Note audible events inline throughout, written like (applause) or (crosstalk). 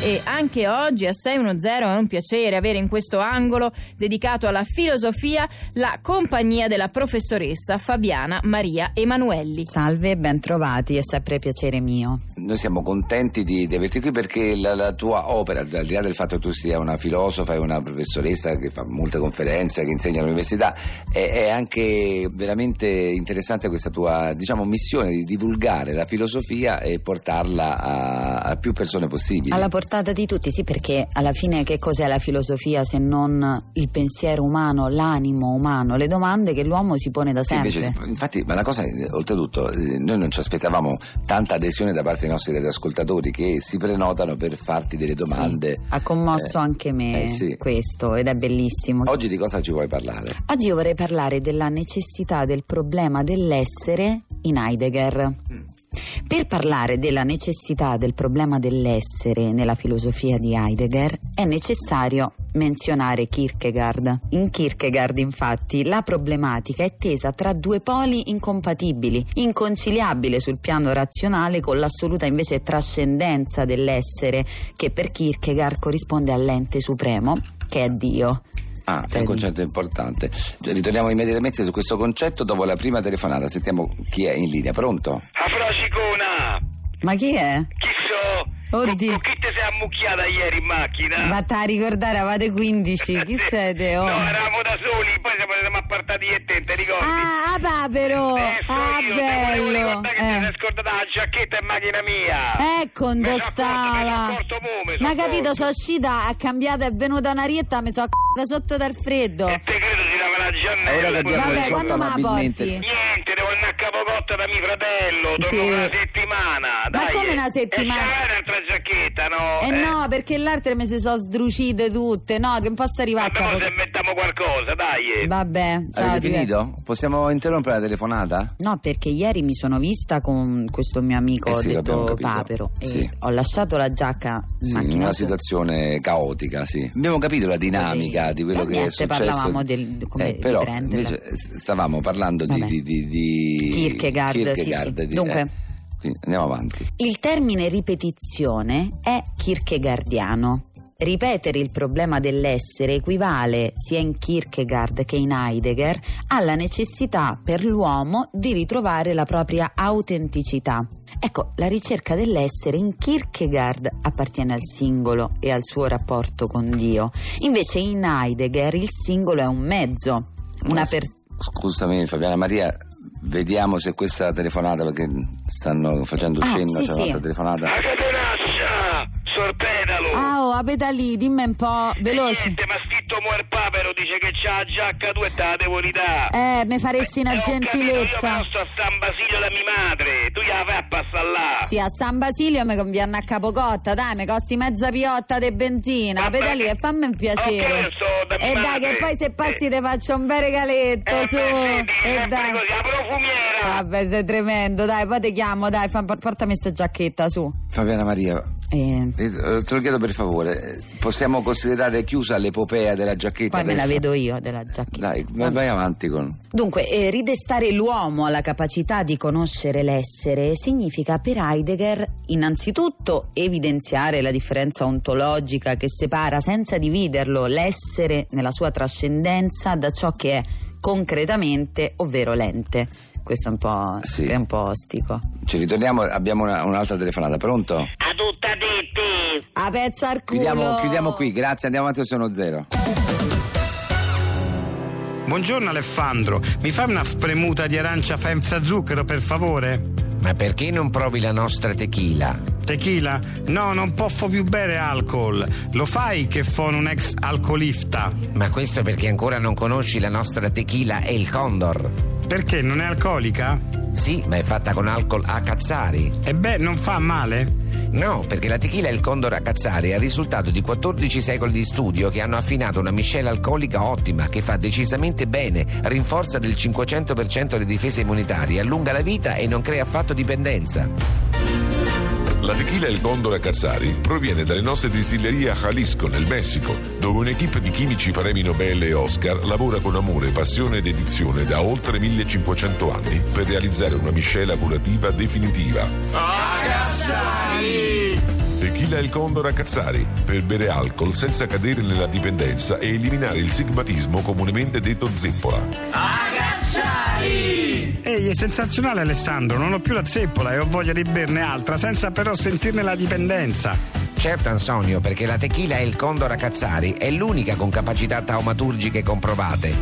E anche oggi a 610 è un piacere avere in questo angolo dedicato alla filosofia la compagnia della professoressa Fabiana Maria Emanuelli. Salve, ben trovati, è sempre piacere mio. Noi siamo contenti di, di averti qui perché la, la, tua opera, al di là del fatto che tu sia una filosofa e una professoressa che fa molte conferenze, che insegna all'università, è, è anche veramente interessante questa tua diciamo, missione di divulgare la filosofia e portarla a, a più persone possibili. Alla portata di tutti, sì, perché alla fine che cos'è la filosofia se non il pensiero umano, l'animo umano, le domande che l'uomo si pone da sempre? Sì, invece, infatti, ma la cosa, eh, oltretutto, noi non ci aspettavamo tanta adesione da parte dei nostri ascoltatori che si prenotano per farti delle domande. Sì, ha commosso eh, anche me eh sì. questo ed è bellissimo. Oggi di cosa ci vuoi parlare? Oggi io vorrei parlare della necessità del problema dell'essere in Heidegger. Mm. Per parlare della necessità del problema dell'essere nella filosofia di Heidegger è necessario menzionare Kierkegaard. In Kierkegaard, infatti, la problematica è tesa tra due poli incompatibili, inconciliabile sul piano razionale con l'assoluta invece trascendenza dell'essere che per Kierkegaard corrisponde all'ente supremo, che è Dio. Ah, è un concetto importante. Ritorniamo immediatamente su questo concetto dopo la prima telefonata. Sentiamo chi è in linea. Pronto? Afrocicona! Ma chi è? Chi so? Oddio. Con, con chi ti sei ammucchiata ieri in macchina? Eh, Ma a ricordare, avevate 15. Chi siete? Oh. No, eravamo da soli, poi siamo siamo appartati io e te, ti ricordi? Ah, papero! Eh, so ah, io, bello! Te volevo che eh. ti sei scordata la giacchetta in macchina mia! Ecco, dove stava! Ma capito, sono uscita, ha cambiato, è venuta una rietta, mi sono c***a sotto dal freddo! E te credo si dava la giannella! Vabbè, quando me la porti? Niente, devo andare a capocotto da mio fratello, dopo sì. una settimana! Dai. Ma come una settimana? E c'era un'altra giacchetta, no? Eh, eh. no, perché l'altra mi si sono sdrucite tutte, no? Che non posso arrivare Vabbè, a capo... se mettiamo qualcosa, dai! Vabbè, ciao! Avete finito? Possiamo interrompere la telefonata? No, perché ieri mi sono vista con questo mio amico, eh ho sì, detto capito. Papero, Sì. e ho lasciato la giacca in Sì, macchina. in una situazione caotica, sì. Abbiamo capito la dinamica Sì. di quello Eh, che è niente, successo. parlavamo del- di come Eh, però riprenderla. invece s- stavamo parlando di, Vabbè. di, di, di- Kierkegaard, sì, Kierkegaard, sì. di- Dunque. eh, quindi andiamo avanti. Il termine ripetizione è kierkegaardiano. Ripetere il problema dell'essere equivale, sia in Kierkegaard che in Heidegger, alla necessità per l'uomo di ritrovare la propria autenticità. Ecco, la ricerca dell'essere in Kierkegaard appartiene al singolo e al suo rapporto con Dio. Invece in Heidegger il singolo è un mezzo, una per... Scusami Fabiana Maria, vediamo se questa telefonata, perché stanno facendo Ah, cenno, sì, c'è sì. un'altra telefonata. La catenaccia! Sorpedalo! Ah, oh, abeta lì, dimmi un po', veloce. Niente, ma scritto muore papero dice che c'ha la giacca tua e te la devo ridare. Eh, mi faresti Eh, una ho capito, gentilezza. Io sto a San Basilio da mia madre, tu gliela fai a passare là. Sì, a San Basilio mi conviene a capocotta, dai, mi costi mezza piotta di benzina, Vabbè. pedali e fammi un Ok, piacere. io sto da mia e dai, madre. che poi se passi ti faccio un bel regaletto, Eh, su. beh, sì, sì, e sempre dai. Ah. così, la profumiera. Vabbè, sei tremendo, dai, poi ti chiamo, dai, fa- portami sta giacchetta, su. Fabiana Maria, Eh, eh, te lo chiedo per favore, eh, possiamo considerare chiusa l'epopea della giacchetta? Poi me la adesso? vedo io della giacchetta. Dai, vai, vai avanti con... Dunque, eh, ridestare l'uomo alla capacità di conoscere l'essere significa per Heidegger innanzitutto evidenziare la differenza ontologica che separa senza dividerlo l'essere nella sua trascendenza da ciò che è concretamente, ovvero l'ente. Questo è un po', Sì. è un po' ostico. Ci ritorniamo, abbiamo una- un'altra telefonata, pronto? A tutta dette. A pezza al culo! Chiudiamo, chiudiamo qui, grazie, andiamo avanti, sono zero. Buongiorno Alessandro, mi fai una spremuta di arancia senza zucchero per favore? Ma perché non provi la nostra tequila? Tequila? No, non posso più bere alcol. Lo fai che sono un ex alcolista. Ma questo perché ancora non conosci la nostra tequila e il Condor. Perché non è alcolica? Sì, ma è fatta con alcol a cazzari. E beh, non fa male? No, perché la tequila e il Condor a cazzari è il risultato di 14 secoli di studio che hanno affinato una miscela alcolica ottima che fa decisamente bene, rinforza del 500% le difese immunitarie, allunga la vita e non crea affatto dipendenza. La tequila El Condor a Cazzari proviene dalle nostre distillerie a Jalisco, nel Messico, dove un'equipe di chimici premi Nobel e Oscar lavora con amore, passione ed edizione da oltre 1500 anni per realizzare una miscela curativa definitiva. A Cassari. tequila El Condor a Cazzari per bere alcol senza cadere nella dipendenza e eliminare il sigmatismo comunemente detto zeppola. Ehi, è sensazionale Alessandro, non ho più la zeppola e ho voglia di berne altra senza però sentirne la dipendenza. Certo Antonio, perché la tequila El Condor a Cazzari è l'unica con capacità taumaturgiche comprovate.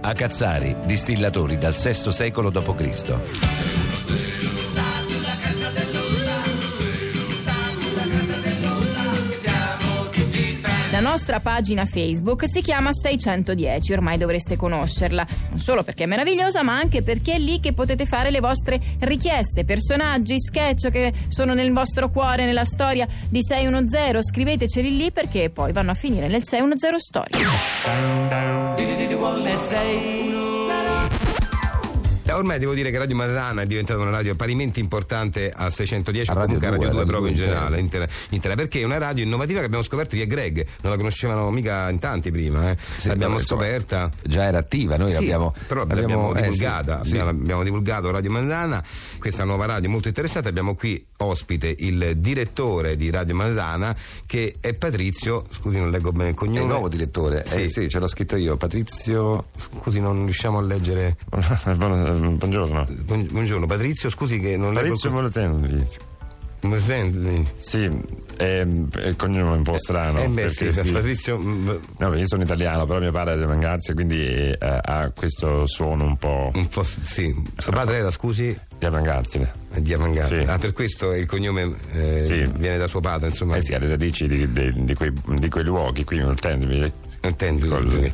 A Cazzari, distillatori dal VI secolo d.C. La nostra pagina Facebook si chiama 610, ormai dovreste conoscerla, non solo perché è meravigliosa, ma anche perché è lì che potete fare le vostre richieste, personaggi, sketch che sono nel vostro cuore, nella storia di 610, scriveteceli lì perché poi vanno a finire nel 610 Story. Eh, Ormai devo dire che Radio Matana è diventata una radio parimenti importante a 610 o A Radio comunque a due, Radio Radio 2 proprio in due intera. generale intera, intera, perché è una radio innovativa che abbiamo scoperto io e Greg non la conoscevano mica in tanti prima eh. Sì, l'abbiamo vabbè, insomma, scoperta Già era attiva, noi Sì, l'abbiamo. però l'abbiamo eh, divulgata sì, sì. abbiamo, abbiamo divulgato Radio Matana questa nuova radio molto interessante abbiamo qui ospite il direttore di Radio Matana che è Patrizio scusi non leggo bene il È cognome il nuovo direttore, Sì. sì. sì, ce l'ho scritto io, Patrizio. scusi non riusciamo a leggere Buongiorno. Buong- buongiorno Patrizio scusi che non Maurizio leggo Molotenovi. il co- Senti. Sì, è, è il cognome un po' strano. Eh beh, sì, mm, perché sì. Patrizio. mh, No, io sono italiano, però mio padre è di Mangazia, quindi eh, ha questo suono un po' Un po' s- sì. Suo padre era, scusi, di Mangazia. di Avangazzi. Sì. Ah, per questo il cognome eh, Sì. viene da suo padre, insomma. Eh sì, ha le radici di, di- di quei, di quei luoghi, qui Molotenovi. Intendo. Col-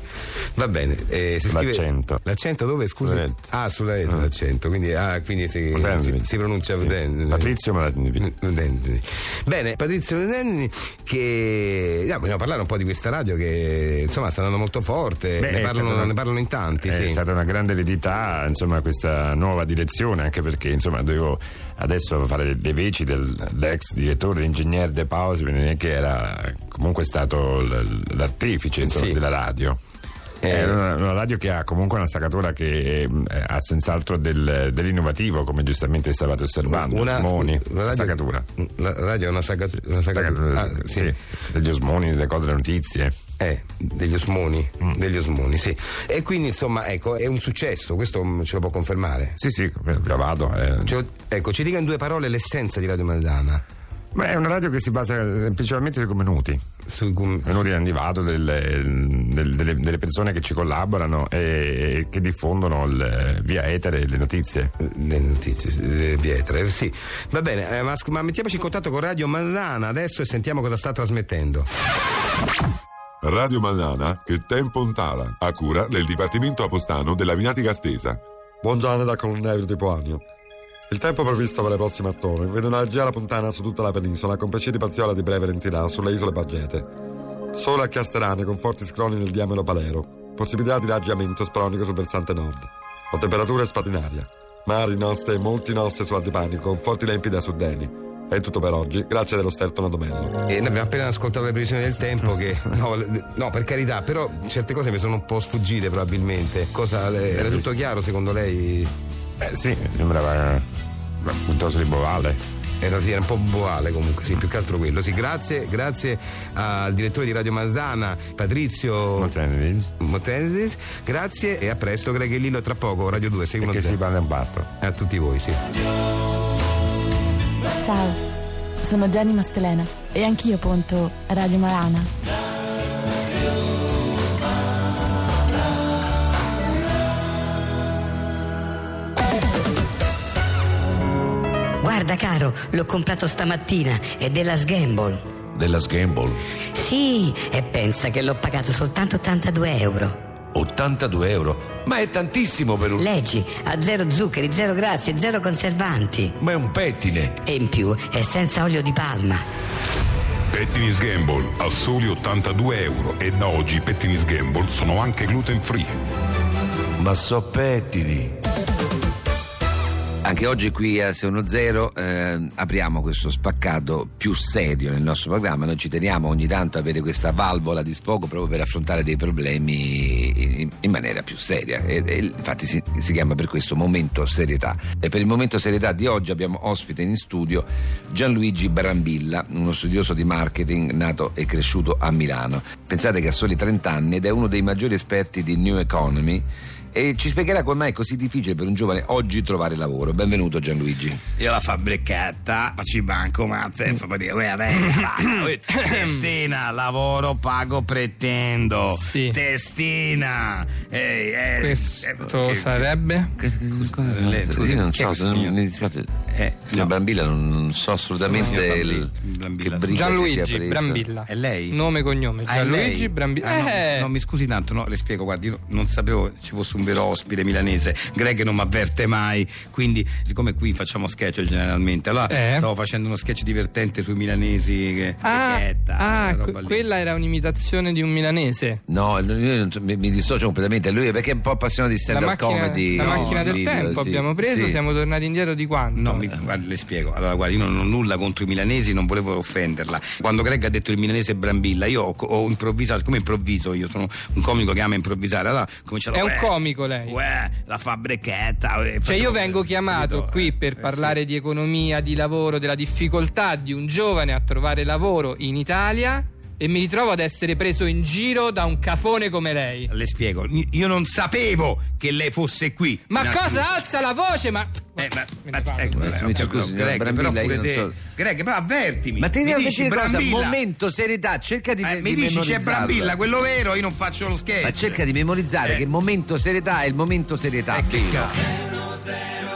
Va bene. eh, si scrive- L'accento. L'accento dove, scusi? Sulla lettera. Ah, sulla lettera, l'accento. Quindi, ah, quindi si, si, Molotenovi. si pronuncia Sì. Udendini. Patrizio Molotenovi. Udendini. Bene, Patrizio Udendini, che no, vogliamo parlare un po' di questa radio che insomma sta andando molto forte, Beh, ne, è parlano, stata una- ne parlano in tanti. È sì. stata una grande eredità, insomma, questa nuova direzione, anche perché, insomma, dovevo adesso fare le, le veci del- dell'ex direttore, l'ingegnere De Pausini, che era comunque stato l- l'artefice insomma, Sì. della radio. Eh. È una, una radio che ha comunque una staccatura che eh, ha senz'altro del- dell'innovativo, come giustamente stavate osservando. Osmoni, la radio- staccatura. La radio è una saga- una Staccatura, sagatura. Ah, sì. sì, degli osmoni, delle cose, delle notizie. Mm. Eh, degli osmoni, degli osmoni, sì. E quindi insomma, ecco, è un successo, questo mm, ce lo può confermare. Sì, sì, la vado. eh. Ce lo- ecco, ci dica in due parole l'essenza di Radio Maldana. Ma è una radio che si basa eh, principalmente sui minuti. Su cum- un ordine arrivato delle, del- delle- delle persone che ci collaborano e, e che diffondono il- via etere le notizie. le notizie, sì, le pietre, eh, sì. Va bene, eh, ma, sc- ma mettiamoci in contatto con Radio Maldana adesso e sentiamo cosa sta trasmettendo. Radio Manana che tempo ontala, a cura del Dipartimento Apostano della Vinatica Stesa. Buongiorno da Colonnevro di Poanio. Il tempo previsto per le prossime otto ore vede una leggera puntana su tutta la penisola con precipitazioni di breve lentirà sulle isole Baggete. Solo a Casterane con forti scroni nel diamelo Palero. Possibilità di raggiamento spronico sul versante nord. Con temperature spatinaria. Mari, noste e molti noste su Altipanico con forti lempi da suddeni. È tutto per oggi, grazie dello sterto Nadomello. E noi abbiamo appena ascoltato le previsioni del (laughs) tempo che... No, le- no, per carità, però certe cose mi sono un po' sfuggite probabilmente. Cosa, le- era tutto chiaro secondo lei? Eh sì, sembrava eh, piuttosto di Bovale. Era, sì, era un po' boale comunque, sì, più che altro quello. Sì, grazie, grazie al direttore di Radio Marzana, Patrizio Moltenevis, Motensis. Grazie e a presto, Greg e Lillo, tra poco, Radio 2, Perché si 610. parla in batto. A tutti voi, sì. Ciao, sono Gianni Mastelena e anch'io ponto Radio Marana. Guarda caro, l'ho comprato stamattina, è della Sgamble. Della Sgamble, Sì, e pensa che l'ho pagato soltanto 82 euro. 82 euro. Ma è tantissimo per un. Leggi, ha zero zuccheri, zero grassi, zero conservanti. Ma è un pettine. E in più è senza olio di palma. Pettinis Gamble a soli 82 euro e da oggi Pettinis Gamble sono anche gluten free. Ma so pettini. Anche oggi qui a 610 eh, apriamo questo spaccato più serio nel nostro programma. Noi ci teniamo ogni tanto a avere questa valvola di sfogo proprio per affrontare dei problemi in, in maniera più seria. E, e infatti si, si chiama per questo momento serietà. E per il momento serietà di oggi abbiamo ospite in studio Gianluigi Barambilla, uno studioso di marketing nato e cresciuto a Milano. Pensate che ha soli 30 anni ed è uno dei maggiori esperti di New Economy e ci spiegherà come mai è così difficile per un giovane oggi trovare lavoro. Benvenuto Gianluigi. Io la fabbricetta, ci manco ma te fa dire, uè, (coughs) uè, testina, lavoro, pago, pretendo. Sì. Testina. Ehi, eh, Questo eh, sarebbe? le- Io Eh, non chi è so, questo non- signore? mi dispiace. Eh, Signor no. Brambilla, non non so assolutamente Signor Brambi- il- Brambilla. che briga si sia Gianluigi presa. Brambilla. È lei? Nome e cognome. Ah, è Gianluigi lei? Brambilla. Ah, no, eh, no, mi scusi tanto, no, le spiego, guardi, io non sapevo ci fosse un vero ospite milanese. Greg non mi avverte mai, quindi siccome qui facciamo sketch generalmente, allora Eh. stavo facendo uno sketch divertente sui milanesi che Ah, Becchetta, ah, quella roba que- lì. quella era un'imitazione di un milanese. No, lui- io non so- mi, mi dissocio completamente. Lui è perché è un po' appassionato di La stand-up macchina, comedy. la no, macchina del video, tempo sì. abbiamo preso, Sì. siamo tornati indietro di quanto? No, mi- guarda, le spiego. Allora, guarda, io non ho nulla contro i milanesi, non volevo offenderla. Quando Greg ha detto il milanese è Brambilla, io ho, ho improvvisato, come improvviso io, sono un comico che ama improvvisare. Allora, Eh, ho cominciato È un "Uè, comico lei. uè, la fabbricetta. uè", Cioè facevo- io vengo chiamato capito? qui Eh, per eh, parlare di economia, di lavoro, della difficoltà di un giovane a trovare lavoro in Italia e mi ritrovo ad essere preso in giro da un cafone come lei. sì. Le spiego, io non sapevo che lei fosse qui. Ma Innanzitutto. cosa alza la voce? Ma... Eh, ma, Me ma- ne vado. ecco, Ma eh, scusi, ho capito, scusi, signor Greg, Brambilla, però io pure non te. so- Greg, però avvertimi. Ma ti Mi devo dici dire cosa? Brambilla. Momento, serietà, cerca di Eh, di mi dici c'è memorizzarla. Brambilla, quello vero, io non faccio lo sketch. Ma cerca di memorizzare Eh. che momento serietà è il momento serietà. Ecco. vero. Cazzo.